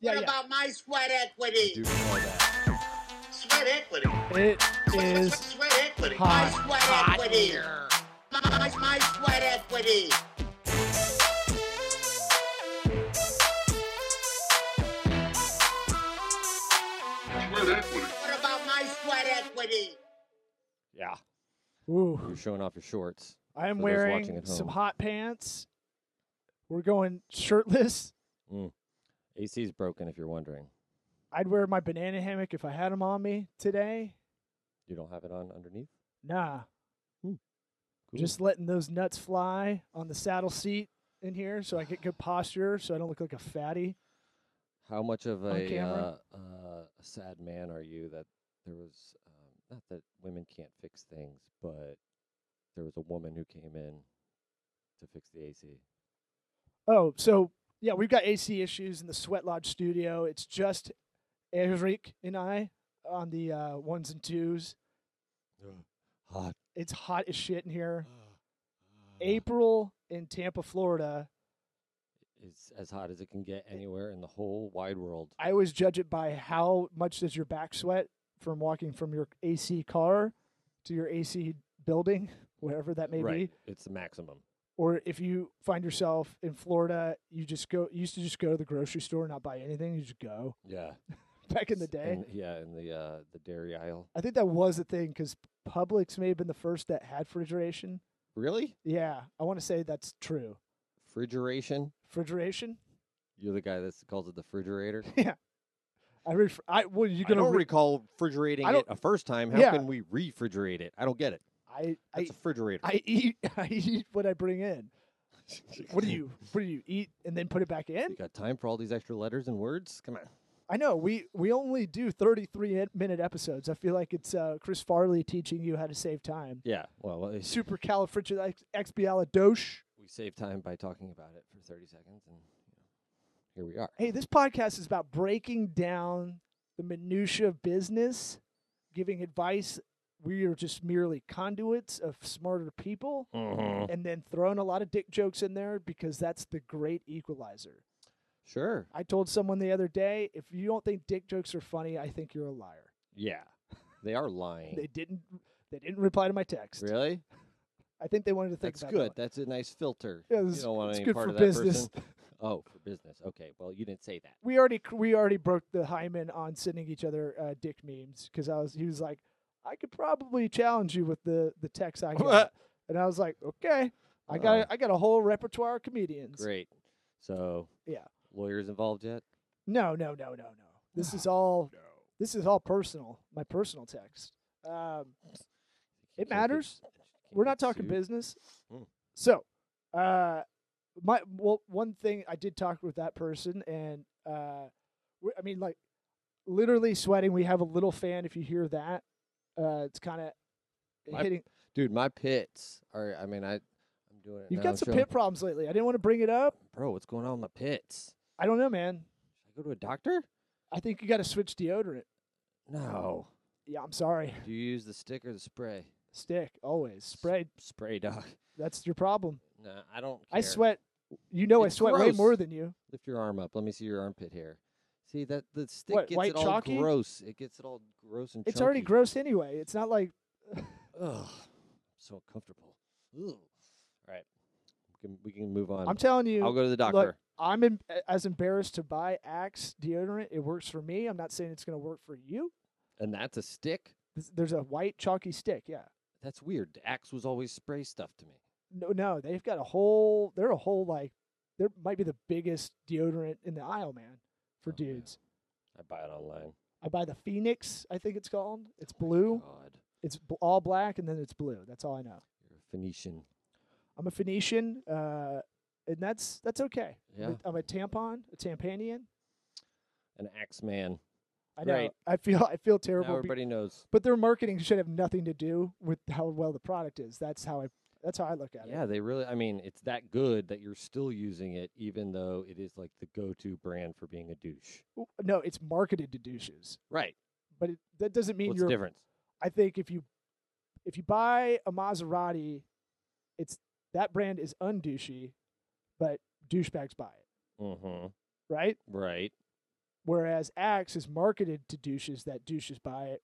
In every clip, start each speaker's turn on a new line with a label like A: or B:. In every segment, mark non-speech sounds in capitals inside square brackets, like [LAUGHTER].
A: Yeah,
B: What
A: yeah.
B: about my sweat
C: I do
B: equity?
C: know that.
B: Sweat equity.
A: It
B: Sweat, sweat,
A: is
B: sweat equity.
A: hot.
B: My sweat equity. My, my sweat equity. What about my sweat equity?
C: Yeah.
A: ooh.
C: You're showing off your shorts.
A: I am
C: For those watching
A: wearing
C: at
A: some
C: home.
A: hot pants. We're going shirtless.
C: AC's broken, if you're wondering.
A: I'd wear my banana hammock if I had them on me today.
C: You don't have it on underneath?
A: Nah,
C: Cool.
A: just letting those nuts fly on the saddle seat in here, so I get good posture, so I don't look like a fatty.
C: How much of
A: on
C: a uh,
A: camera.
C: uh, a sad man are you that there was, um, not that women can't fix things, but there was a woman who came in to fix the AC?
A: Oh, so yeah, we've got AC issues in the Sweat Lodge studio. It's just Eric and I on the uh, ones and twos.
C: Hot.
A: It's hot as shit in here. uh. April in Tampa, Florida.
C: It's as hot as it can get anywhere in the whole wide world.
A: I always judge it by how much does your back sweat from walking from your AC car to your AC building, [LAUGHS] wherever that may be.
C: Right. It's the maximum.
A: Or if you find yourself in Florida, you just go you used to just go to the grocery store, not buy anything, you just go [LAUGHS]
C: Yeah.
A: back in the
C: S-
A: day.
C: yeah, in the uh, the dairy aisle.
A: I think that was the thing because Publix may have been the first that had refrigeration.
C: Really?
A: Yeah, I want to say that's true.
C: Refrigeration?
A: Refrigeration?
C: You're the guy that calls it the refrigerator.
A: I ref- I well, you're
C: I
A: gonna
C: don't
A: re-
C: recall refrigerating
A: I
C: it
A: don't-
C: a first time. How
A: Yeah.
C: can we refrigerate it? I don't get it.
A: I I
C: That's a refrigerator. [LAUGHS]
A: I eat [LAUGHS] I eat what I bring in. What do you what do you eat and then put it back in?
C: You got time for all these extra letters and words? Come on.
A: I know we we only do 33 e- minute episodes. I feel like it's uh, Chris Farley teaching you how to save time.
C: Yeah. Well, [LAUGHS] well, it's-
A: Supercalifragilistic.
C: we save time by talking about it for 30 seconds, and you know, here we are.
A: Hey, this podcast is about breaking down the minutia of business, giving advice. We are just merely conduits of smarter people,
C: Mhm.
A: and then throwing a lot of dick jokes in there because that's the great equalizer.
C: Sure.
A: I told someone the other day, if you don't think dick jokes are funny, I think you're a liar.
C: Yeah. They are lying.
A: They didn't. They didn't reply to my text.
C: really?
A: I think they wanted to think
C: That's
A: about that
C: good.
A: one.
C: That's a nice filter.
A: Yeah,
C: you
A: it's-
C: don't want
A: it's
C: any
A: good
C: part
A: for
C: of that
A: business.
C: person. [LAUGHS] Oh, for business. Okay. Well, you didn't say that.
A: we already we already broke the hymen on sending each other uh, dick memes because I was he was like, I could probably challenge you with the the text I got, and I was like, okay, I got
C: Oh.
A: I got a whole repertoire of comedians.
C: Great. So,
A: Yeah.
C: lawyers involved yet?
A: No, no, no, no, no. This is all
C: No.
A: this is all personal. My personal text. Um, It matters. we're not talking business.
C: Mm.
A: So, uh, my well, one thing I did talk with that person, and uh, we- I mean, like, literally sweating. We have a little fan. If you hear that, uh, it's kind of
C: My-
A: hitting.
C: dude. My pits are. I mean, I. I'm doing it.
A: You've
C: now,
A: got some
C: showing-
A: pit problems lately. I didn't want to bring it up.
C: bro. What's going on in the pits?
A: I don't know, man.
C: Should I go to a doctor?
A: I think you got to switch deodorant.
C: No.
A: Yeah, I'm sorry.
C: Do you use the stick or the spray?
A: Stick always spray.
C: Spray, dog.
A: That's your problem.
C: Nah, I don't.
A: I
C: care.
A: sweat. You know,
C: It's
A: I sweat way
C: gross.
A: more than you.
C: Lift your arm up. Let me see your armpit hair. See that the stick
A: What,
C: gets
A: white
C: it all
A: chalky?
C: gross. It gets it all gross and.
A: It's already
C: chunky.
A: gross anyway. It's not like
C: Ugh, so uncomfortable. Ugh. All right, we can we can move on.
A: I'm telling you.
C: I'll go to the doctor.
A: Look, I'm em- as embarrassed to buy Axe deodorant. It works for me. I'm not saying it's going to work for you.
C: and that's a stick.
A: This- There's a white chalky stick. Yeah.
C: That's weird. Axe was always spray stuff to me.
A: No, no, they've got a whole. They're a whole like. There might be the biggest deodorant in the aisle, man, for
C: Oh, yeah.
A: dudes.
C: I buy it online.
A: I buy the Phoenix. I think it's called. It's blue.
C: Oh God,
A: It's b- all black, and then it's blue. That's all I know.
C: you're a Phoenician.
A: I'm a Phoenician, uh, and that's that's okay. I'm a-
C: Yeah.
A: I'm a tampon, a tampanian.
C: An axe man.
A: I know.
C: Right.
A: I feel I feel terrible.
C: Now
A: be-
C: everybody knows.
A: but their marketing should have nothing to do with how well the product is. That's how I that's how I look at it.
C: Yeah, they really. I mean, it's that good that you're still using it, even though it is like the go-to brand for being a douche.
A: W- No, it's marketed to douches,
C: Right.
A: but it, that doesn't mean
C: What's
A: you're.
C: the difference?
A: I think if you if you buy a Maserati, it's that brand is undouchey, but douchebags buy it,
C: Mm-hmm.
A: right?
C: Right.
A: Whereas Axe is marketed to douches that douches buy it,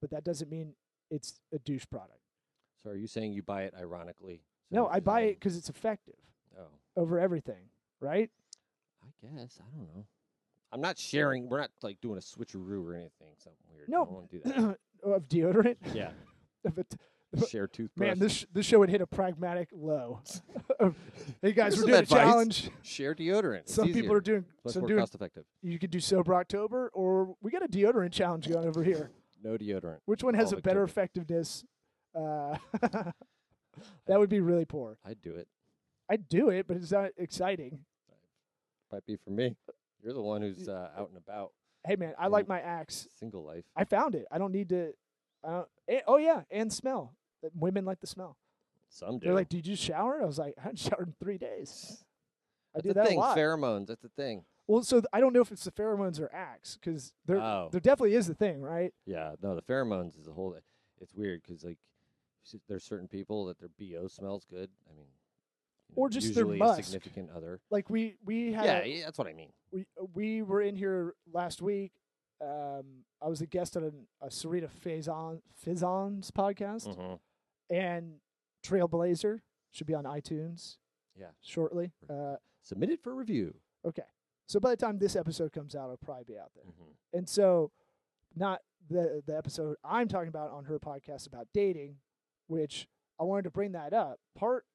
A: but that doesn't mean it's a douche product.
C: So are you saying you buy it ironically? So
A: No,
C: you're
A: I buy it
C: saying-
A: because it's effective
C: Oh,
A: over everything, right?
C: I guess I don't know. I'm not sharing. We're not like doing a switcheroo or anything. Something weird.
A: No,
C: I don't want to do
A: [COUGHS]
C: that.
A: [CLEARS THROAT] of deodorant.
C: yeah,
A: [LAUGHS] Of it- But-
C: share toothbrush.
A: Man, this sh- this show would hit a pragmatic
C: [LAUGHS]
A: low. [LAUGHS] hey guys,
C: Here's
A: we're
C: some
A: doing
C: advice.
A: a challenge.
C: share deodorant. It's
A: Some people
C: easier.
A: are doing
C: Plus
A: some
C: more
A: doing.
C: cost effective.
A: You could do sober October, or we got a deodorant challenge going over here.
C: No deodorant.
A: Which one has
C: All
A: a better
C: October.
A: effectiveness? Uh, [LAUGHS] that would be really poor.
C: I'd do it.
A: I'd do it, but it's not exciting.
C: Might be for me. You're the one who's uh, out and about,
A: Hey man, I like my axe.
C: single life.
A: I found it. I don't need to. I don't, eh, oh yeah, and smell. Uh, Women like the smell.
C: Some do.
A: They're like, "Did you shower?" I was like, "I haven't [LAUGHS] showered in three days." I
C: That's
A: do
C: the
A: that
C: thing.
A: a lot.
C: Pheromones. That's the thing.
A: Well, so th- I don't know if it's the pheromones or axe because there
C: Oh.
A: there definitely is the thing, right?
C: Yeah, no, the pheromones is a whole. It's weird because like s- there's certain people that their bo smells good. I mean, you know,
A: Or just their
C: usually
A: musk.
C: a significant other.
A: Like we we had
C: Yeah, yeah, that's what I mean.
A: we we were in here last week. Um, I was a guest on an, a Sarita Faison Faison's podcast
C: Mhm.
A: and Trailblazer should be on iTunes.
C: Yeah.
A: shortly.
C: Right.
A: Uh,
C: Submitted for review.
A: okay, so by the time this episode comes out, it'll probably be out there.
C: hmm
A: And so, not the the episode I'm talking about on her podcast about dating, which I wanted to bring that up. Part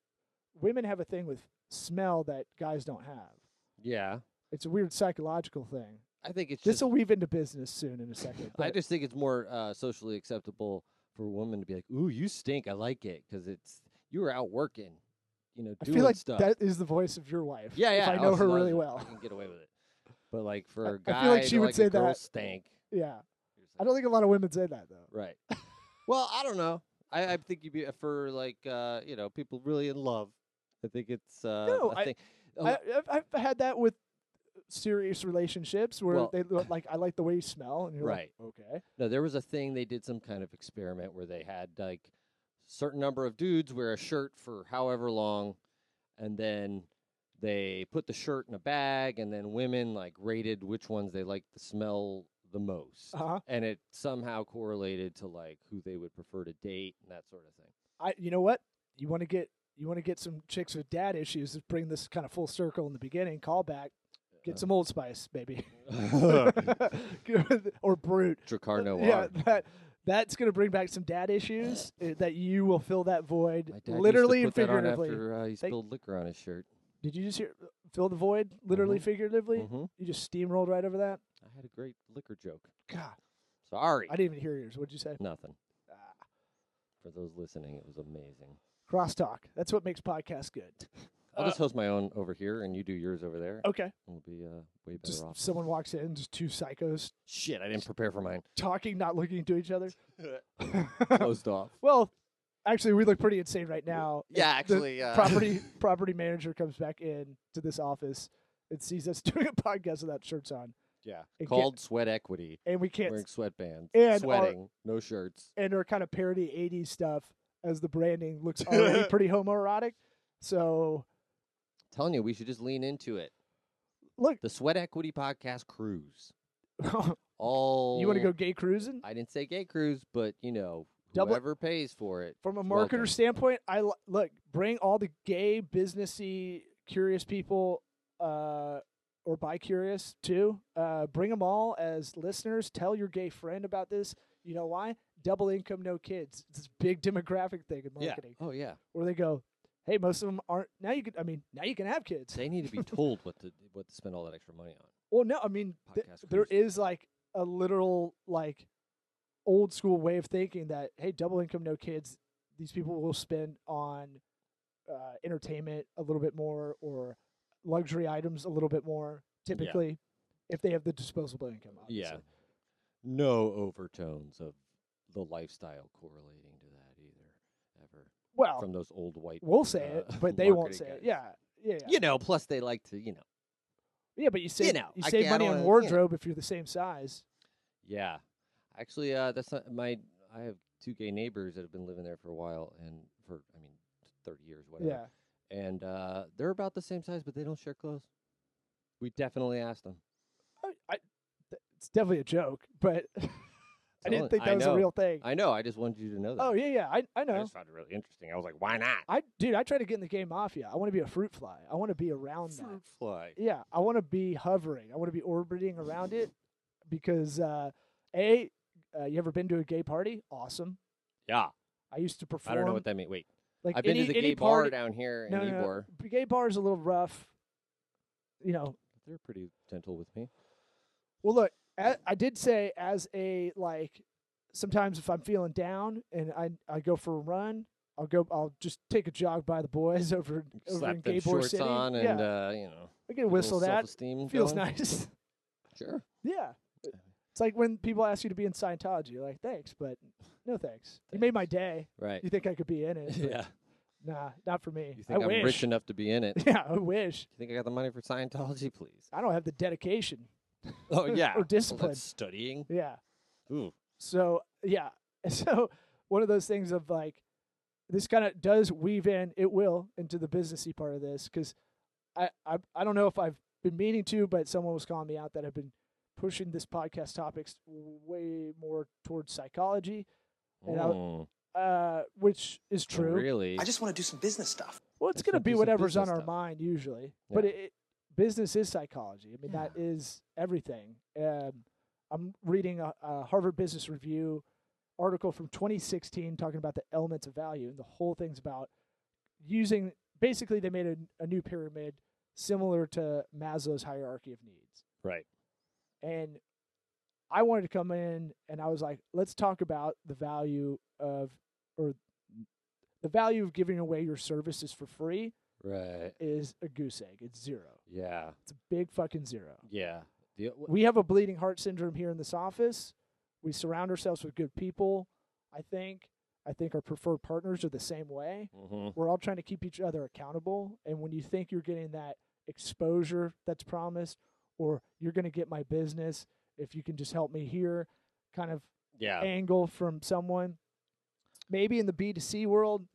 A: women have a thing with smell that guys don't have.
C: Yeah,
A: It's a weird psychological thing.
C: I think it's
A: This
C: just.
A: will weave into business soon in a second.
C: [LAUGHS] I
A: but
C: just think it's more uh, socially acceptable for a woman to be like, "Ooh, you stink. I like it because it's you were out working, you know,
A: I
C: doing
A: feel like
C: stuff."
A: that is the voice of your wife.
C: yeah, yeah.
A: If I know
C: oh,
A: her
C: so that-
A: really
C: I
A: well.
C: can get away with it. But like for
A: I-
C: a
A: I
C: guy,
A: feel like she
C: to
A: would
C: like
A: say
C: a girl
A: that-
C: Stank.
A: Yeah.
C: you're just
A: I
C: like,
A: don't think a lot of women say that though.
C: Right. well, I don't know. I, I think you'd be for like uh, you know people really in love. I think it's uh,
A: No,
C: a
A: I-
C: thing. a
A: I,
C: lo-
A: I've, I've had that with serious relationships where
C: Well-
A: they look like I like the way you smell, and you're
C: Right.
A: like, okay,
C: no, there was a thing they did some kind of experiment where they had like certain number of dudes wear a shirt for however long, and then they put the shirt in a bag, and then women like rated which ones they liked the smell the most,
A: uh huh.
C: and it somehow correlated to like who they would prefer to date and that sort of thing.
A: I, you know what? You want to get you want to get some chicks with dad issues. Let's Bring this kind of full circle in the beginning. Call back. Get
C: Uh,
A: some Old Spice,
C: [LAUGHS]
A: baby, [LAUGHS]
C: Dracar
A: or Brute.
C: Noir.
A: yeah, that that's gonna bring back some dad
C: [SIGHS]
A: issues uh, that you will fill that void,
C: My dad used to
A: literally and
C: put that on
A: figuratively.
C: after uh, he
A: They-
C: spilled liquor on his shirt.
A: Did you just hear fill the void, literally,
C: Mhm.
A: figuratively?
C: hmm
A: You just steamrolled right over that.
C: I had a great liquor joke.
A: God,
C: Sorry,
A: I didn't even hear yours. What'd you say?
C: nothing.
A: Ah.
C: For those listening, it was amazing.
A: Crosstalk. That's what makes podcasts good.
C: I'll
A: Uh,
C: just host my own over here, and you do yours over there.
A: Okay.
C: We'll be uh, way better
A: Just
C: off.
A: someone walks in, just two psychos
C: Shit, I didn't prepare
A: [LAUGHS]
C: for mine.
A: talking, not looking into each other.
C: Closed off.
A: well, actually, we look pretty insane right now.
C: Yeah,
A: If the
C: actually, uh, [LAUGHS]
A: property property manager comes back in to this office and sees us [LAUGHS] doing a podcast without shirts on,
C: Yeah,
A: It get-
C: called sweat equity.
A: and we can't,
C: Wearing sweatbands,
A: And our-
C: sweating, no shirts.
A: and our kind of parody '80s stuff as the branding looks
C: [LAUGHS]
A: already pretty homoerotic. So
C: telling you, we should just lean into it.
A: look, [LAUGHS]
C: The Sweat Equity Podcast Cruise.
A: you
C: All
A: want to go gay cruising?
C: I didn't say gay cruise, but you know,
A: Double-
C: whoever pays for it.
A: from a
C: It's
A: marketer
C: welcome.
A: standpoint, I li- look bring all the gay, businessy, curious people, uh, or bi curious too. Uh, bring them all as listeners. Tell your gay friend about this. You know why? Double income, no kids. It's this big demographic thing in marketing
C: Yeah. Oh yeah.
A: where they go, "Hey, most of them aren't." Now you can, I mean, now you can have kids.
C: They need
A: [LAUGHS]
C: to be told what to what to spend all that extra money on.
A: Well, no, I mean, th-
C: Podcast
A: there
C: cruise.
A: is like a literal like old school way of thinking that hey, double income, no kids. These people will spend on uh, entertainment a little bit more or luxury items a little bit more typically if they have the disposable income. Obviously.
C: Yeah. No overtones of the lifestyle correlating to that either ever
A: Well,
C: from those old white.
A: we'll say
C: [LAUGHS]
A: it,
C: uh,
A: but they won't say
C: marketing
A: it.
C: guys.
A: Yeah. Yeah, yeah,
C: You know, plus they like to, you know.
A: yeah, but you save you,
C: know, I
A: save
C: can't- I
A: money
C: don't
A: on
C: wanna- yeah.
A: wardrobe if you're the same size.
C: Yeah. Actually, uh, that's not my. I have two gay neighbors that have been living there for a while, and for I mean, thirty years, whatever.
A: Yeah,
C: and uh, they're about the same size, but they don't share clothes. We definitely asked them.
A: I, I, th- definitely a joke, but [LAUGHS] I
C: Totally.
A: didn't think
C: I
A: that was
C: know.
A: a real thing.
C: I know. I just wanted you to know that.
A: oh yeah, yeah, I I
C: I
A: know.
C: just found it really interesting. I was like, why not?
A: I dude, I try to get in the game mafia. I want to be a fruit fly. I want to be around that.
C: Fruit fly.
A: Yeah, I want to be hovering. I want to be orbiting around it because uh, a uh, you ever been to a gay party? Awesome.
C: Yeah.
A: I used to perform.
C: I don't know what that means. Wait,
A: Like
C: I've been
A: any,
C: to the
A: any
C: gay bar
A: party,
C: down here
A: No,
C: in
A: no, no.
C: Ybor.
A: b- Gay bar is a little rough. You know.
C: They're pretty gentle with me.
A: Well, look, a- I did say as a like sometimes if I'm feeling down and I I go for a run, I'll go I'll just take a jog by the boys [LAUGHS] over over
C: Slap
A: in
C: them
A: Gay Bar
C: shorts
A: City.
C: on
A: yeah,
C: and uh, you know,
A: I can
C: a
A: whistle
C: little
A: that.
C: self-esteem
A: Feels
C: going.
A: nice. [LAUGHS]
C: Sure.
A: Yeah. It's like when people ask you to be in Scientology, you're like, thanks, but no thanks. You made my day.
C: Right. [LAUGHS]
A: You think I could be in it? but
C: yeah.
A: Nah, not for me.
C: You think
A: I
C: am
A: wish.
C: rich enough to be in it? You
A: [LAUGHS] yeah, I wish.
C: think I got the money for Scientology, please?
A: I don't have the dedication.
C: Oh yeah.
A: [LAUGHS] Or
C: Well, that's
A: discipline.
C: studying.
A: Yeah.
C: Ooh.
A: So yeah. [LAUGHS] So one of those things of like this kind of does weave in, it will, into the businessy part of this because I, I I don't know if I've been meaning to, but someone was calling me out that I've been pushing this podcast topics way more towards psychology, And I
C: Mm,
A: uh, which is true.
C: Really?
D: I just want to do some business stuff.
A: Well, it's
C: That's
A: going to
C: what
A: be
C: business-
A: whatever's on
C: business
A: our
C: stuff.
A: mind usually, but
C: Yeah.
A: it, it, business is psychology. I mean, that is everything. Um, I'm reading a, a Harvard Business Review article from 2016 talking about the elements of value, and the whole thing's about using. Basically, they made a, a new pyramid similar to Maslow's hierarchy of needs,
C: right.
A: and I wanted to come in and I was like, let's talk about the value of or the value of giving away your services for free
C: Right.
A: is a goose egg. It's zero.
C: Yeah.
A: It's a big fucking zero.
C: Yeah. The, w-
A: We have a bleeding heart syndrome here in this office. We surround ourselves with good people. I think. I think our preferred partners are the same way.
C: Mhm.
A: We're all trying to keep each other accountable. And when you think you're getting that exposure that's promised, or you're going to get my business if you can just help me here, kind of
C: Yeah.
A: angle from someone. Maybe in the B2C world,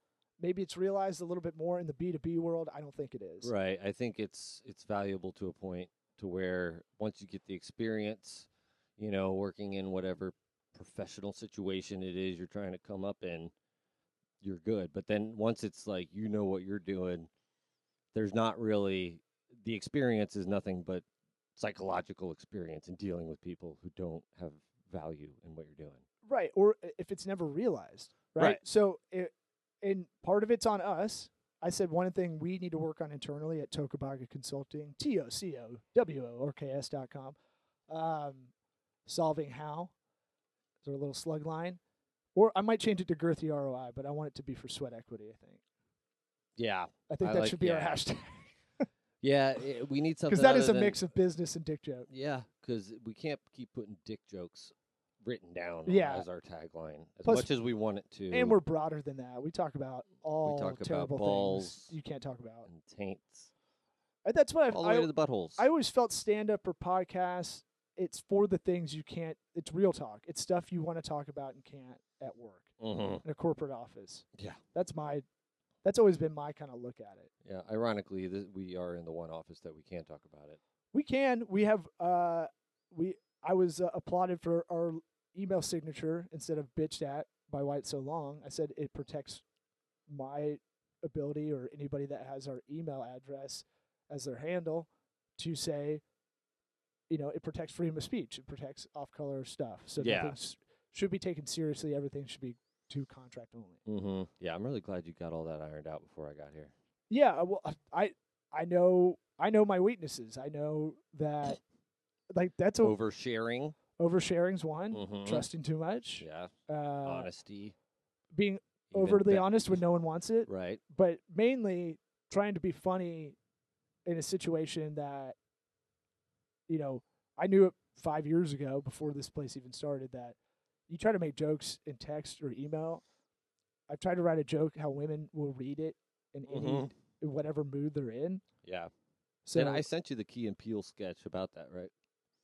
A: maybe it's realized a little bit more. In the B2B world, I don't think it is.
C: Right. I think it's it's valuable to a point to where once you get the experience, you know, working in whatever professional situation it is you're trying to come up in, you're good. But then once it's like you know what you're doing, there's not really the experience is nothing but psychological experience in dealing with people who don't have value in what you're doing.
A: right or i- if it's never realized right,
C: Right.
A: so it, and part of it's on us i said one thing we need to work on internally at tokabaga consulting t-o-c-o-w-o-r-k-s dot com um, solving how is our little slug line or i might change it to girthy roi but i want it to be for sweat equity i think
C: Yeah.
A: i think
C: I
A: that
C: like-
A: should be our
C: yeah.
A: hashtag
C: Yeah, i we need something
A: because that
C: other
A: is a
C: than-
A: mix of business and dick joke
C: Yeah, because we can't keep putting dick jokes written down
A: Yeah.
C: as our tagline, as
A: Plus-
C: much as we want it to.
A: and we're broader than that we talk about all
C: talk about
A: terrible
C: balls.
A: things you can't talk about
C: and taints
A: Uh, that's what I've,
C: all the
A: I,
C: way to the buttholes.
A: I always felt stand up or podcasts, it's for the things you can't, it's real talk. It's stuff you want to talk about and can't at work
C: Mhm.
A: in a corporate office.
C: Yeah.
A: That's my, that's always been my kind of look at it.
C: Yeah, ironically, th- we are in the one office that we can talk about it.
A: We can, we have, uh, we, I was uh, applauded for our email signature instead of bitched at by why it's so long. I said it protects my ability or anybody that has our email address as their handle to say, you know, it protects freedom of speech. It protects off color stuff. So
C: Yeah.
A: nothing s- should be taken seriously. Everything should be to contract only.
C: Mm-hmm. Yeah, I'm really glad you got all that ironed out before I got here.
A: Yeah. uh, Well, I, I know, I know my weaknesses. I know that like that's a
C: Oversharing,
A: oversharing's one,
C: Mhm.
A: trusting too much,
C: yeah,
A: uh,
C: honesty,
A: being
C: even
A: overly
C: bet-
A: honest when no one wants it.
C: Right.
A: but mainly trying to be funny in a situation that you know i knew it five years ago before this place even started that you try to make jokes in text or email i've tried to write a joke how women will read it in any
C: Mhm.
A: in whatever mood they're in
C: Yeah.
A: so
C: and I sent you the Key and Peel sketch about that, right?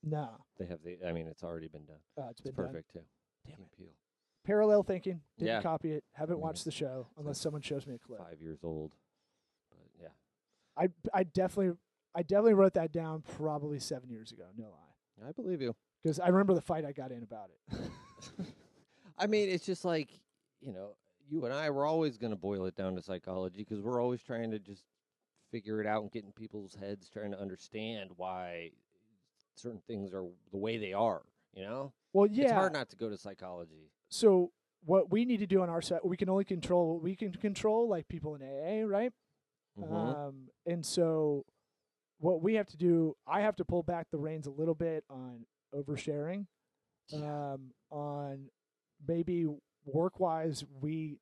A: no
C: They have the. I mean, it's already been done.
A: uh, it's
C: It's
A: been done.
C: perfect too.
A: Damn
C: Key and Peele.
A: parallel thinking didn't
C: Yeah.
A: copy it haven't
C: Mhm.
A: watched the show unless
C: like
A: someone shows me a clip
C: Five years old. But yeah.
A: i i definitely i definitely wrote that down probably seven years ago no lie
C: I believe you.
A: because I remember the fight I got in about it.
C: [LAUGHS] I mean, it's just like, you know, you and I were always going to boil it down to psychology because we're always trying to just figure it out and get in people's heads, trying to understand why certain things are the way they are, you know?
A: Well, yeah.
C: It's hard not to go to psychology.
A: so what we need to do on our side, we can only control what we can control, like people in AA, right?
C: Mhm.
A: Um, and so, what we have to do, I have to pull back the reins a little bit on oversharing, um, on maybe work wise. We,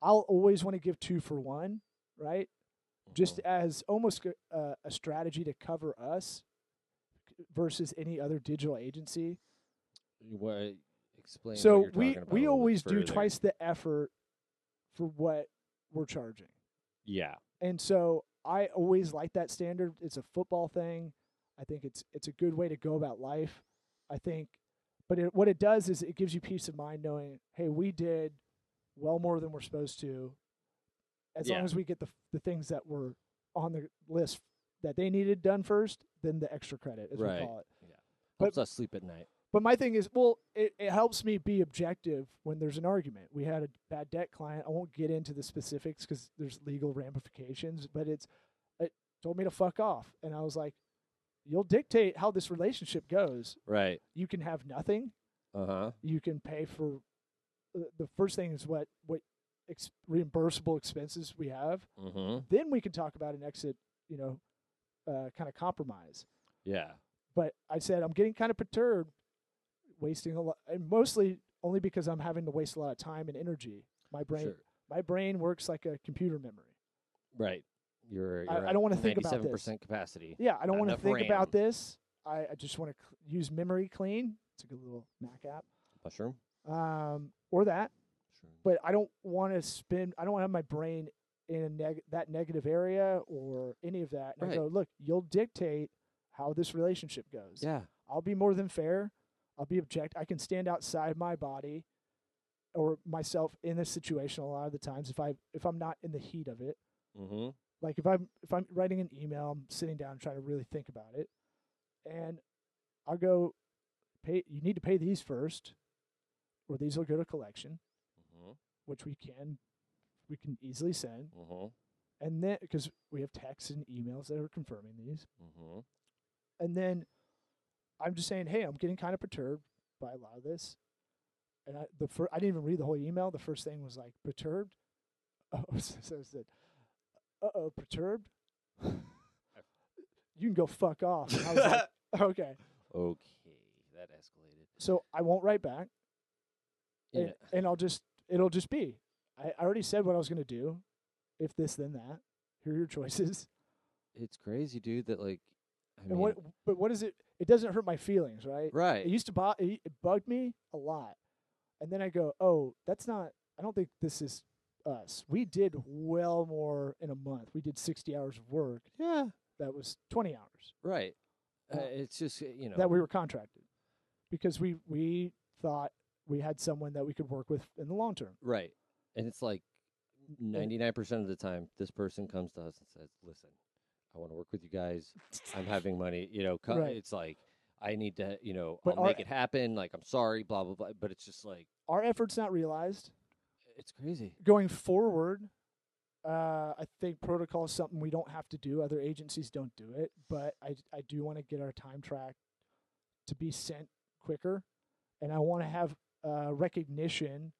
A: I'll always want to give two for one, right? Just
C: Mhm.
A: as almost c- uh, a strategy to cover us c- versus any other digital agency.
C: Mm-hmm. You wa- explain. what
A: so
C: you're
A: we
C: talking about a
A: we
C: little bit
A: always do
C: further.
A: twice the effort for what we're charging.
C: Yeah.
A: And so I always like that standard. It's a football thing. I think it's it's a good way to go about life. I think, but it, what it does is it gives you peace of mind knowing, hey, we did well more than we're supposed to, as
C: Yeah.
A: long as we get the the things that were on the list that they needed done first, then the extra credit, as
C: Right.
A: we call it. But-
C: Helps us sleep at night.
A: But my thing is, well, it, it helps me be objective when there's an argument. We had a bad debt client. I won't get into the specifics because there's legal ramifications, but it's it told me to fuck off, and I was like, "You'll dictate how this relationship goes.
C: Right.
A: You can have nothing.
C: Uh huh.
A: You can pay for the the first thing is what what ex- reimbursable expenses we have.
C: Mm-hmm.
A: Then we can talk about an exit, you know, uh, kind of compromise."
C: Yeah.
A: but I said I'm getting kind of perturbed, wasting a lot, and mostly only because I'm having to waste a lot of time and energy. My brain,
C: Sure.
A: my brain works like a computer memory.
C: Right. You're.
A: I-
C: you're
A: I
C: at
A: don't wanna think about this.
C: 97% capacity.
A: Yeah, I don't
C: Not
A: want to
C: enough
A: think about
C: RAM.
A: this. I, I just want to cl- use memory clean. It's a good little Mac app,
C: Mushroom.
A: um, or that.
C: Sure.
A: But I don't want to spend. I don't want to have my brain in a neg- that negative area or any of that. And I
C: Right.
A: go, look, you'll dictate how this relationship goes.
C: Yeah.
A: I'll be more than fair. I'll be object. I can stand outside my body or myself in this situation a lot of the times if I if I'm not in the heat of it.
C: Mm-hmm.
A: Like if I'm if I'm writing an email, I'm sitting down trying to really think about it, and I'll go pay. You need to pay these first, or these will go to collection,
C: Mm-hmm.
A: which we can we can easily send,
C: Mm-hmm.
A: and then because we have texts and emails that are confirming these.
C: Mm-hmm.
A: And then I'm just saying, hey, I'm getting kind of perturbed by a lot of this. And I, the fir- I didn't even read the whole email. The first thing was like perturbed. [LAUGHS] Oh, so so I said, uh oh, perturbed. [LAUGHS] you can go fuck off. And I was
C: [LAUGHS]
A: like, okay.
C: okay, that escalated.
A: So I won't write back,
C: Yeah.
A: and, and I'll just it'll just be. I, I already said what I was gonna do. If this, then that. Here are your choices.
C: It's crazy, dude. That like, I mean,
A: and what? But what is it? It doesn't hurt my feelings, right?
C: right?
A: It used to bo- it it bugged me a lot. And then I go, oh, that's not, I don't think this is us. We did well more in a month. We did 60 hours of work.
C: yeah,
A: That was 20 hours
C: right. Uh,
A: Uh,
C: it's just uh, you know
A: that we were contracted because we, we thought we had someone that we could work with in the long term.
C: right, and it's like ninety nine percent of the time, this person comes to us and says, "Listen, I want to work with you guys. I'm having money. You know, co-
A: Right.
C: it's like." I need to, you know,
A: But
C: I'll
A: our-
C: make it happen. Like, I'm sorry, blah, blah, blah. But it's just like,
A: Our efforts not realized.
C: it's crazy.
A: Going forward, uh, I think protocol is something we don't have to do. Other agencies don't do it, but I, I do want to get our time track to be sent quicker, and I want to have uh, recognition,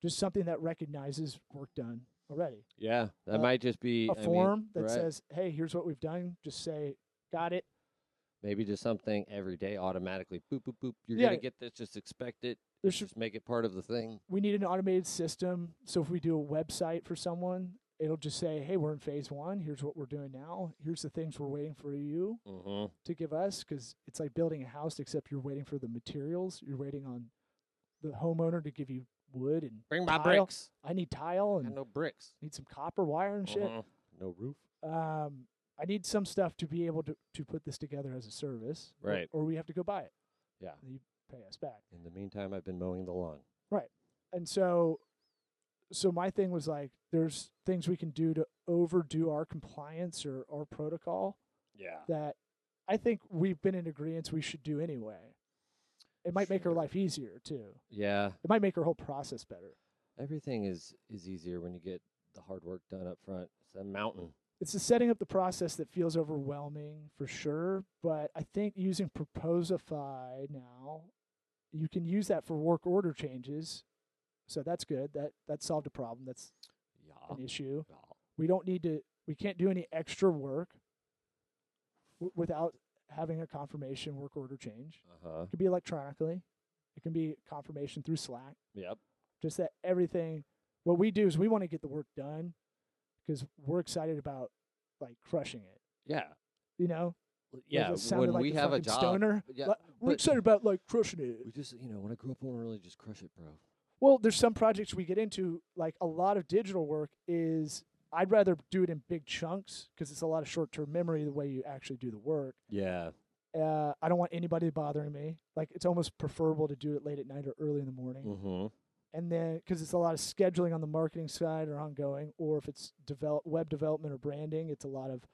A: just something that recognizes work done already.
C: Yeah. That
A: Uh,
C: might just be
A: A
C: I mean,
A: form that
C: right,
A: says, "Hey, here's what we've done." Just say, "Got it."
C: maybe just something every day automatically. Boop, boop, boop. You're
A: Yeah.
C: going to get this. Just expect it.
A: There should
C: Just make it part of the thing.
A: we need an automated system. So if we do a website for someone, it'll just say, "Hey, we're in phase one. Here's what we're doing now. Here's the things we're waiting for you."
C: Mm-hmm.
A: to give us because it's like building a house except you're waiting for the materials you're waiting on the homeowner to give you wood and
C: Bring my
A: tile.
C: bricks.
A: i need tile
C: Got
A: and
C: no bricks.
A: need some copper wire and shit
C: Mhm. Mm. No roof. Uh-huh.
A: um, i need some stuff to be able to, to put this together as a service or-
C: Right.
A: or, we have to go buy it
C: Yeah.
A: and you pay us back
C: In the meantime, I've been mowing the lawn.
A: and so so my thing was like there's things we can do to overdo our compliance or our protocol
C: Yeah.
A: that i think we've been in agreement we should do anyway It might make her
C: Sure.
A: life easier too.
C: Yeah,
A: It might make her whole process better.
C: everything is is easier when you get the hard work done up front. It's a mountain.
A: It's the setting up the process that feels overwhelming for sure, but I think using Proposify now, you can use that for work order changes. So that's good. That that solved a problem. That's
C: Yeah.
A: an issue.
C: yeah.
A: we don't need to we can't do any extra work w- without having a confirmation work order change
C: Uh-huh.
A: it could be electronically it can be confirmation through slack
C: Yep.
A: just that everything what we do is we want to get the work done because we're excited about like crushing it
C: Yeah.
A: you know
C: L-
A: Like,
C: Yeah.
A: it sounded
C: When
A: like
C: we
A: the
C: have a
A: fucking
C: job,
A: stoner
C: yeah,
A: like, we're
C: but-
A: excited about like crushing it
C: we just you know when I grew up, I want to really just crush it, bro.
A: Well, there's some projects we get into, like a lot of digital work is I'd rather do it in big chunks because it's a lot of short term memory the way you actually do the work.
C: Yeah.
A: Uh, I don't want anybody bothering me. Like it's almost preferable to do it late at night or early in the morning.
C: Mm-hmm.
A: And then because it's a lot of scheduling on the marketing side or ongoing, or if it's develop web development or branding, it's a lot of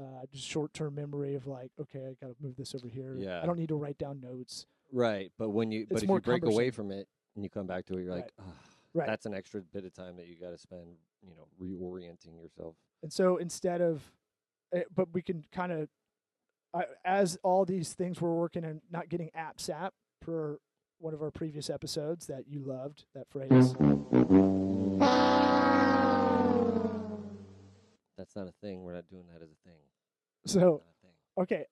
A: uh, just short term memory of like, okay, I got to move this over here.
C: Yeah.
A: I don't need to write down notes.
C: Right. But when you but
A: It's
C: if
A: more
C: you break away from it and you come back to it, you're
A: Right.
C: like, "Ugh,
A: Right.
C: that's an extra bit of time that you got to spend, you know, reorienting yourself.
A: And so instead of, uh, but we can kind of, as all these things we're working and not getting apps app per one of our previous episodes that you loved that phrase.
C: That's not a thing. We're not doing that as a thing.
A: So
C: Not a thing.
A: okay,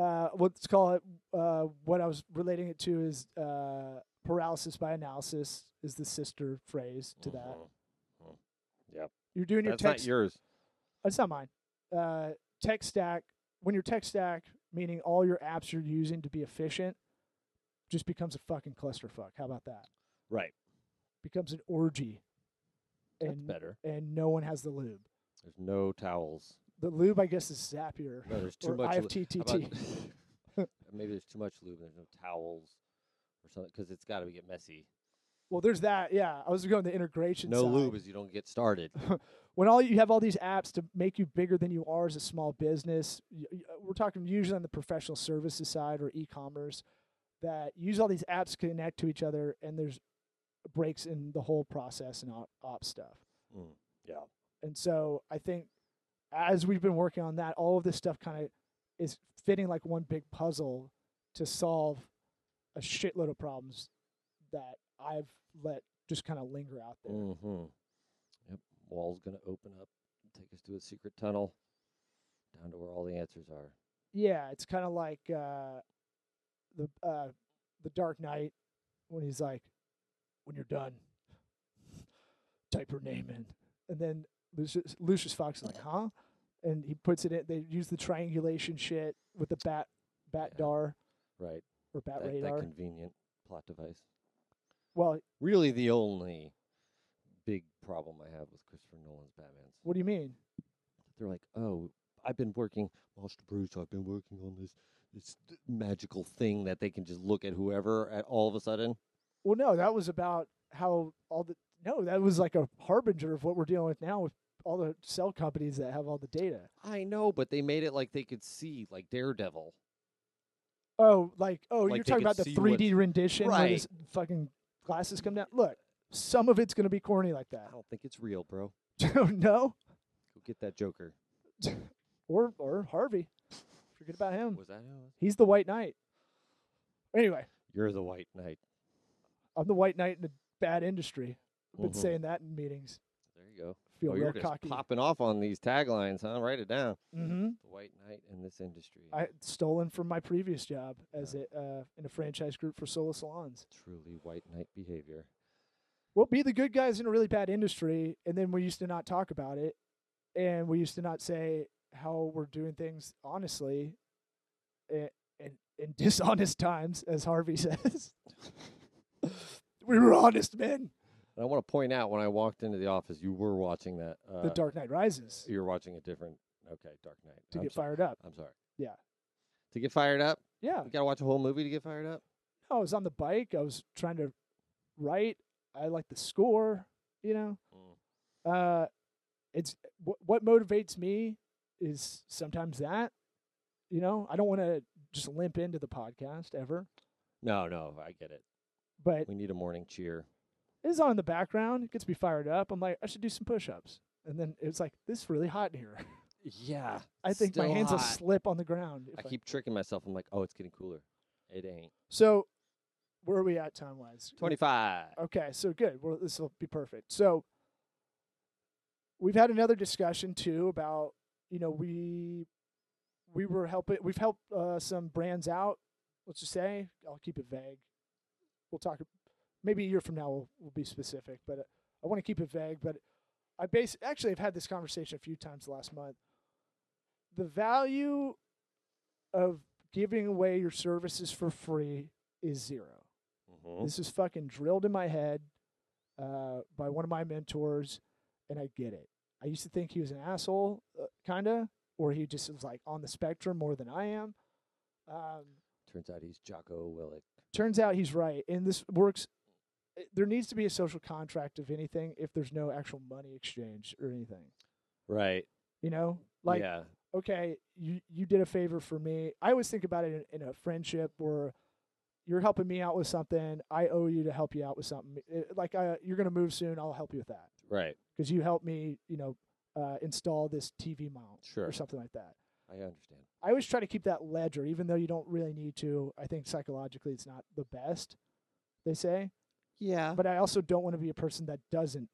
A: uh, let's call it. Uh, what I was relating it to is uh, paralysis by analysis is the sister phrase to that.
C: Mhm.
A: You're doing your
C: That's
A: text.
C: not yours.
A: it's not mine. Uh, tech stack. When your tech stack, meaning all your apps you're using to be efficient, just becomes a fucking clusterfuck. How about that?
C: Right.
A: Becomes an orgy,
C: That's
A: and
C: better.
A: and no one has the lube.
C: There's no towels.
A: The lube, I guess, is Zapier
C: No, there's too
A: or
C: much. lube. How about-
A: IFTTT.
C: [LAUGHS] maybe there's too much lube. and There's no towels or something because it's got to get messy.
A: Well, there's that. Yeah, I was going the integration.
C: No
A: side.
C: lube is you don't get started.
A: when all you have all these apps to make you bigger than you are as a small business y- y- uh, we're talking usually on the professional services side or e-commerce that use all these apps to connect to each other and there's breaks in the whole process and op, op stuff
C: Mm, yeah.
A: and so i think as we've been working on that all of this stuff kind of is fitting like one big puzzle to solve a shitload of problems that i've let just kind of linger out there
C: Mm-hmm. Yep. Wall's gonna open up, and take us to a secret tunnel, down to where all the answers are.
A: Yeah, it's kind of like uh, the uh, the Dark Knight when he's like, "When you're done, type her name in," and then Lucius, Lucius Fox is like, "Huh?"
C: Uh-huh.
A: And he puts it in. They use the triangulation shit with the bat bat
C: Yeah.
A: dar
C: Right.
A: or bat
C: that, that
A: radar.
C: convenient plot device.
A: well,
C: Really, the only big problem I have with Christopher Nolan's Batman's.
A: what do you mean?
C: They're like, oh, I've been working, Master Bruce. I've been working on this this th- magical thing that they can just look at whoever at all of a sudden.
A: Well, no, that was about how all the no, that was like a harbinger of what we're dealing with now with all the cell companies that have all the data.
C: I know, but they made it like they could see, like Daredevil.
A: Oh, like oh,
C: Like
A: you're
C: they
A: talking
C: could
A: about the
C: see
A: 3D rendition where
C: Right.
A: this fucking glasses come down. Look, some of it's gonna be corny like
C: I
A: that. [LAUGHS]
C: don't think it's real, bro.
A: no,
C: Go get that Joker.
A: or or Harvey, forget about him.
C: Was that who? it was?
A: He's the White Knight. Anyway,
C: You're the White Knight.
A: I'm the White Knight in a bad industry. I've been
C: Mhm.
A: saying that in meetings.
C: There you go.
A: Feel
C: oh,
A: real
C: you're just
A: cocky.
C: popping off on these taglines, huh? Write it down.
A: hmm
C: The White Knight in this industry.
A: I stolen from my previous job as a uh, in a franchise group for solo salons.
C: Truly White Knight behavior.
A: Well, be the good guys in a really bad industry, and then we used to not talk about it, and we used to not say how we're doing things honestly, and in, in [LAUGHS] dishonest times, as Harvey says. [LAUGHS] we were honest men.
C: And I want to point out when I walked into the office, you were watching that. Uh,
A: the Dark Knight Rises
C: You're watching a different. Okay, Dark Knight.
A: to
C: I'm
A: get
C: sorry.
A: fired up.
C: I'm sorry.
A: Yeah.
C: To get fired up,
A: Yeah,
C: you gotta watch a whole movie to get fired up.
A: I was on the bike. I was trying to write. I like the score. You know, uh, it's wh- what motivates me is sometimes that, you know, I don't want to just limp into the podcast ever.
C: No, no, I get it.
A: But
C: We need a morning cheer.
A: it's on in the background. It gets me fired up. I'm like, I should do some push ups. And then it's like, this is really hot in here. [LAUGHS]
C: Yeah.
A: I think my
C: still
A: hands will
C: hot.
A: slip on the ground.
C: I
A: if I-
C: keep tricking myself. I'm like, oh, it's getting cooler. It ain't.
A: so, where are we at time wise?
C: 25.
A: Okay, so good. Well, this will be perfect. So, we've had another discussion too about you know we we were helping we've helped uh, some brands out. Let's just say I'll keep it vague. We'll talk maybe a year from now. We'll, we'll be specific, but uh, I want to keep it vague. But I base actually I've had this conversation a few times last month. The value of giving away your services for free is zero.
C: Mhm.
A: This is fucking drilled in my head uh, by one of my mentors, and I get it. I used to think he was an asshole, uh, kinda, or he just was like on the spectrum more than I am. Um,
C: Turns out he's Jocko Willick.
A: turns out he's right, and this works. uh, There needs to be a social contract of anything if there's no actual money exchange or anything.
C: Right.
A: You know, like
C: yeah.
A: okay, you you did a favor for me. I always think about it in, in a friendship where you're helping me out with something. I owe you to help you out with something. It- like I, you're going to move soon. I'll help you with that
C: Right.
A: because you helped me, you know, uh, install this TV mount
C: Sure.
A: or something like that.
C: I understand.
A: I always try to keep that ledger, even though you don't really need to. I think psychologically it's not the best, they say.
C: Yeah.
A: But I also don't want to be a person that doesn't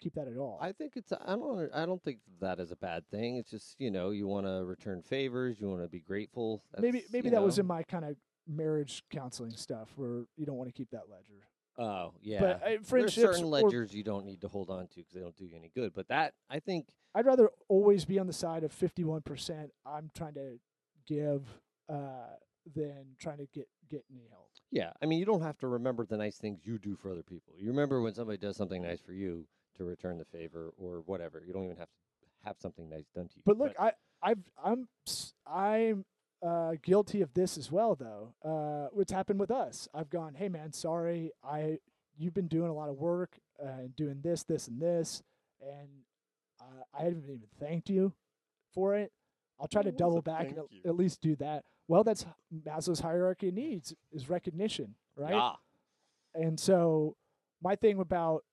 A: keep that at all.
C: I think it's I don't under- I don't think that is a bad thing. It's just you know you want to return favors, you want to be grateful. That's,
A: maybe maybe
C: you
A: that was
C: know.
A: in my kind of marriage counseling stuff where you don't want to keep that ledger.
C: Oh yeah,
A: uh, friendships
C: There's certain
A: or-
C: ledgers you don't need to hold on to because they don't do you any good. But that I think
A: I'd rather always be on the side of 51%. I'm trying to give uh, than trying to get get any help.
C: yeah, I mean you don't have to remember the nice things you do for other people. You remember when somebody does something nice for you to return the favor or whatever. You don't even have to have something nice done to you.
A: But look, I I've I'm s- I'm uh, guilty of this as well though. Uh, what's happened with us? I've gone, hey man, sorry, I you've been doing a lot of work uh, and doing this, this, and this, and uh, I haven't even thanked you for it. I'll try to
C: What's a
A: double back
C: thank
A: and at-
C: you?
A: at least do that. Well, that's h- Maslow's hierarchy of needs is recognition, right?
C: ah,
A: And so my thing about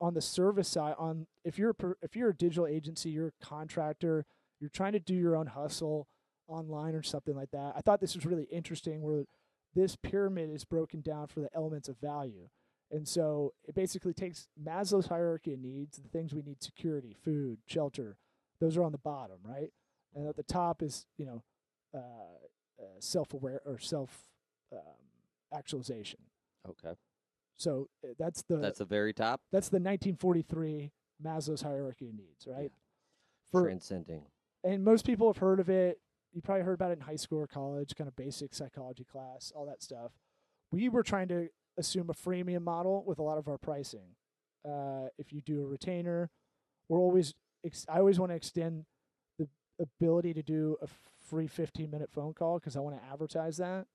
A: on the service side on if you're a per- if you're a digital agency, you're a contractor, you're trying to do your own hustle online or something like that. I thought this was really interesting where this pyramid is broken down for the elements of value. And so it basically takes Maslow's hierarchy of needs, the things we need security, food, shelter. Those are on the bottom, right? And at the top is, you know, uh, uh, self-aware or self um, actualization.
C: okay,
A: So uh, that's the
C: that's
A: that's,
C: the very top
A: the 1943 Maslow's hierarchy of needs, right? For
C: transcending.
A: and most people have heard of it. You probably heard about it in high school or college, kind of basic psychology class, all that stuff. We were trying to assume a freemium model with a lot of our pricing. Uh, if you do a retainer, we're always ex- I always want to extend the ability to do a free 15 minute phone call because I want to advertise that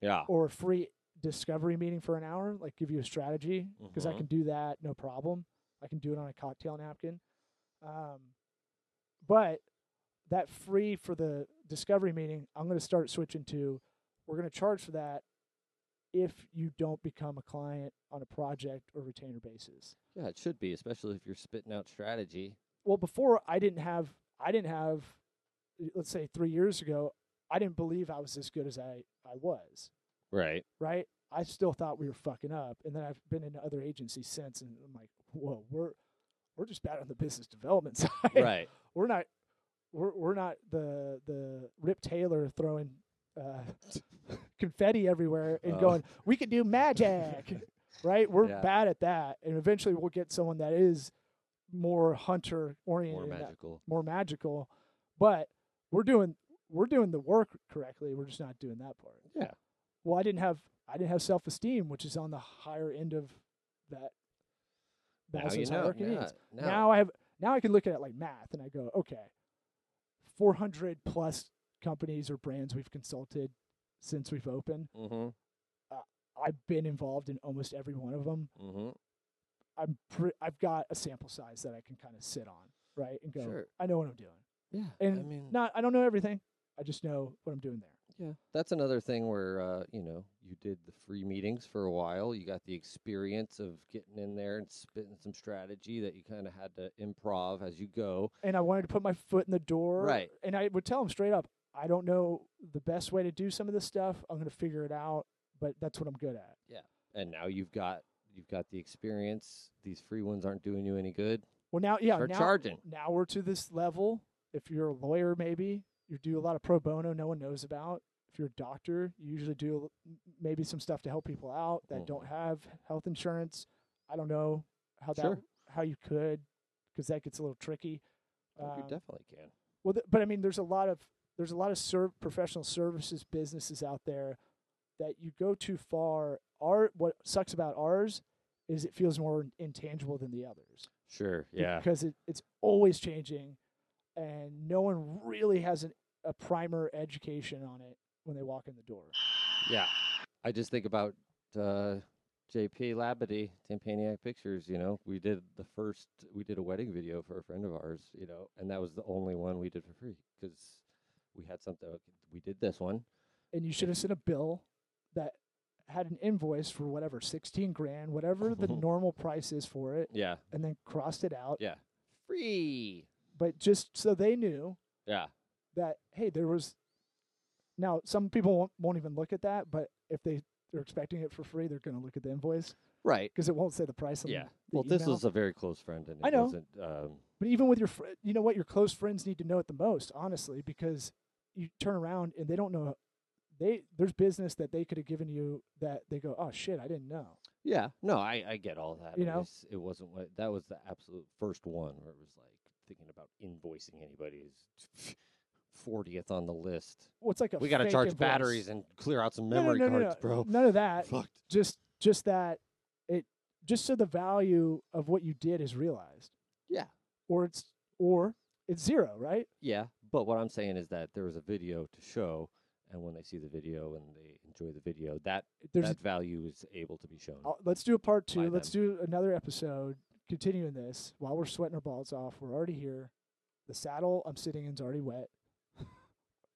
C: Yeah,
A: or a free discovery meeting for an hour, like give you a strategy because I
C: Mhm.
A: can do that no problem. I can do it on a cocktail napkin. Um, but that free for the discovery meeting, I'm going to start switching to we're going to charge for that if you don't become a client on a project or retainer basis.
C: yeah, it should be, especially if you're spitting out strategy.
A: Well, before I didn't have I didn't have let's say 3 years ago, I didn't believe I was as good as I I was.
C: Right.
A: right? I still thought we were fucking up, and then I've been in other agencies since, and I'm like, whoa, we're we're just bad on the business development [LAUGHS] side.
C: [LAUGHS] Right.
A: We're not we're we're not the the Rip Taylor throwing uh, [LAUGHS] confetti everywhere and
C: Oh.
A: going, we could do magic,
C: [LAUGHS]
A: right? We're
C: Yeah.
A: bad at that, and eventually we'll get someone that is more hunter
C: More
A: oriented,
C: magical.
A: more magical, but we're doing we're doing the work correctly. We're just not doing that part
C: Yeah.
A: well i didn't have i didn't have self-esteem which is on the higher end of that
C: Now
A: Maslow's
C: you know.
A: hierarchy of
C: Yeah,
A: needs.
C: now-
A: now i have now i can look at it like math and i go okay 400 plus companies or brands we've consulted since we've opened
C: Mhm.
A: i've been involved in almost every one of them
C: Mhm.
A: i'm pre- i've got a sample size that i can kind of sit on right and go
C: Sure.
A: i know what i'm doing
C: Yeah.
A: and
C: I mean,
A: not i don't know everything i just know what i'm doing there
C: yeah. That's another thing where uh, you know you did the free meetings for a while. You got the experience of getting in there and spitting some strategy that you kind of had to improv as you go.
A: and I wanted to put my foot in the door.
C: Right.
A: And I would tell him straight up, I don't know the best way to do some of this stuff. I'm going to figure it out, but that's what I'm good at.
C: And now you've got you've got the experience. These free ones aren't doing you any good.
A: Well, now, yeah,
C: Start
A: now,
C: charging.
A: now we're to this level. If you're a lawyer, maybe you do a lot of pro bono no one knows about. If you're a doctor, you usually do m- maybe some stuff to help people out
C: Mm.
A: that don't have health insurance. I don't know how that
C: Sure.
A: how you could because that gets a little tricky.
C: Oh, you
A: Um,
C: definitely can.
A: Well, th- but I mean, there's a lot of there's a lot of serv- professional services businesses out there that you go too far. Our what sucks about ours is it feels more in- intangible than the others.
C: Sure.
A: be-
C: Yeah.
A: because it, it's always changing, and no one really has an, a primer education on it when they walk in the door.
C: Yeah. I just think about uh, JP Labadie, Tampaniac Pictures. You know, we did the first, we did a wedding video for a friend of ours, you know, and that was the only one we did for free because we had something. okay, We did this one.
A: And you should have sent a bill that had an invoice for whatever sixteen grand, whatever
C: [LAUGHS]
A: the normal price is for it,
C: Yeah.
A: and then crossed it out.
C: Yeah. Free.
A: But just so they knew
C: Yeah.
A: that hey there was now some people won't, won't even look at that but if they they're expecting it for free they're going to look at the invoice
C: Right.
A: because it won't say the price on
C: Yeah.
A: the
C: Well, this
A: email.
C: was a very close friend, and it
A: I know.
C: wasn't. Um,
A: but even with your fr- you know what your close friends need to know it the most honestly because you turn around and they don't know they there's business that they could have given you that they go oh shit i didn't know
C: yeah. No, I, I get all that.
A: You
C: it
A: know?
C: was, it wasn't what that was the absolute first one where it was like thinking about invoicing anybody is fortieth on the list.
A: what's like a
C: we got to
A: fake
C: charge
A: invoice.
C: batteries and clear out some
A: No, no,
C: memory
A: no, no,
C: cards,
A: no,
C: bro.
A: none of that
C: [LAUGHS] Fucked.
A: just just that it just so the value of what you did is realized
C: Yeah.
A: or it's or it's zero right
C: Yeah, but what I'm saying is that there was a video to show, and when they see the video and they enjoy the video, that
A: there's
C: that value is able to be shown.
A: i let's do a part
C: by
A: two let's do another episode continuing this while we're sweating our balls off we're already here the saddle i'm sitting in's already wet [LAUGHS]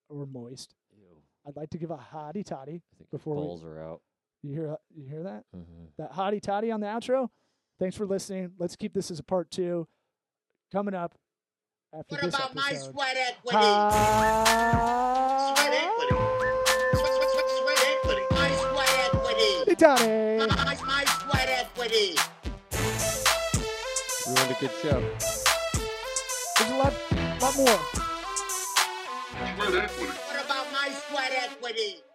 A: or moist
C: Ew,
A: i'd like to give a hottie toddy
C: I think
A: before
C: before
A: we-
C: balls are out. Mm-hmm.
A: you hear you hear that that hottie toddy on the outro thanks for listening let's keep this as a part two coming up after
B: What
A: this
B: about my
A: episode
B: sweat equity? Sweat
A: Hottie
B: equity. Sweat, sweat, sweat, sweat equity. My sweat equity.
A: toddy
B: My, my sweat equity.
C: We had a good show.
A: there's a lot lot more
B: What about my sweat equity?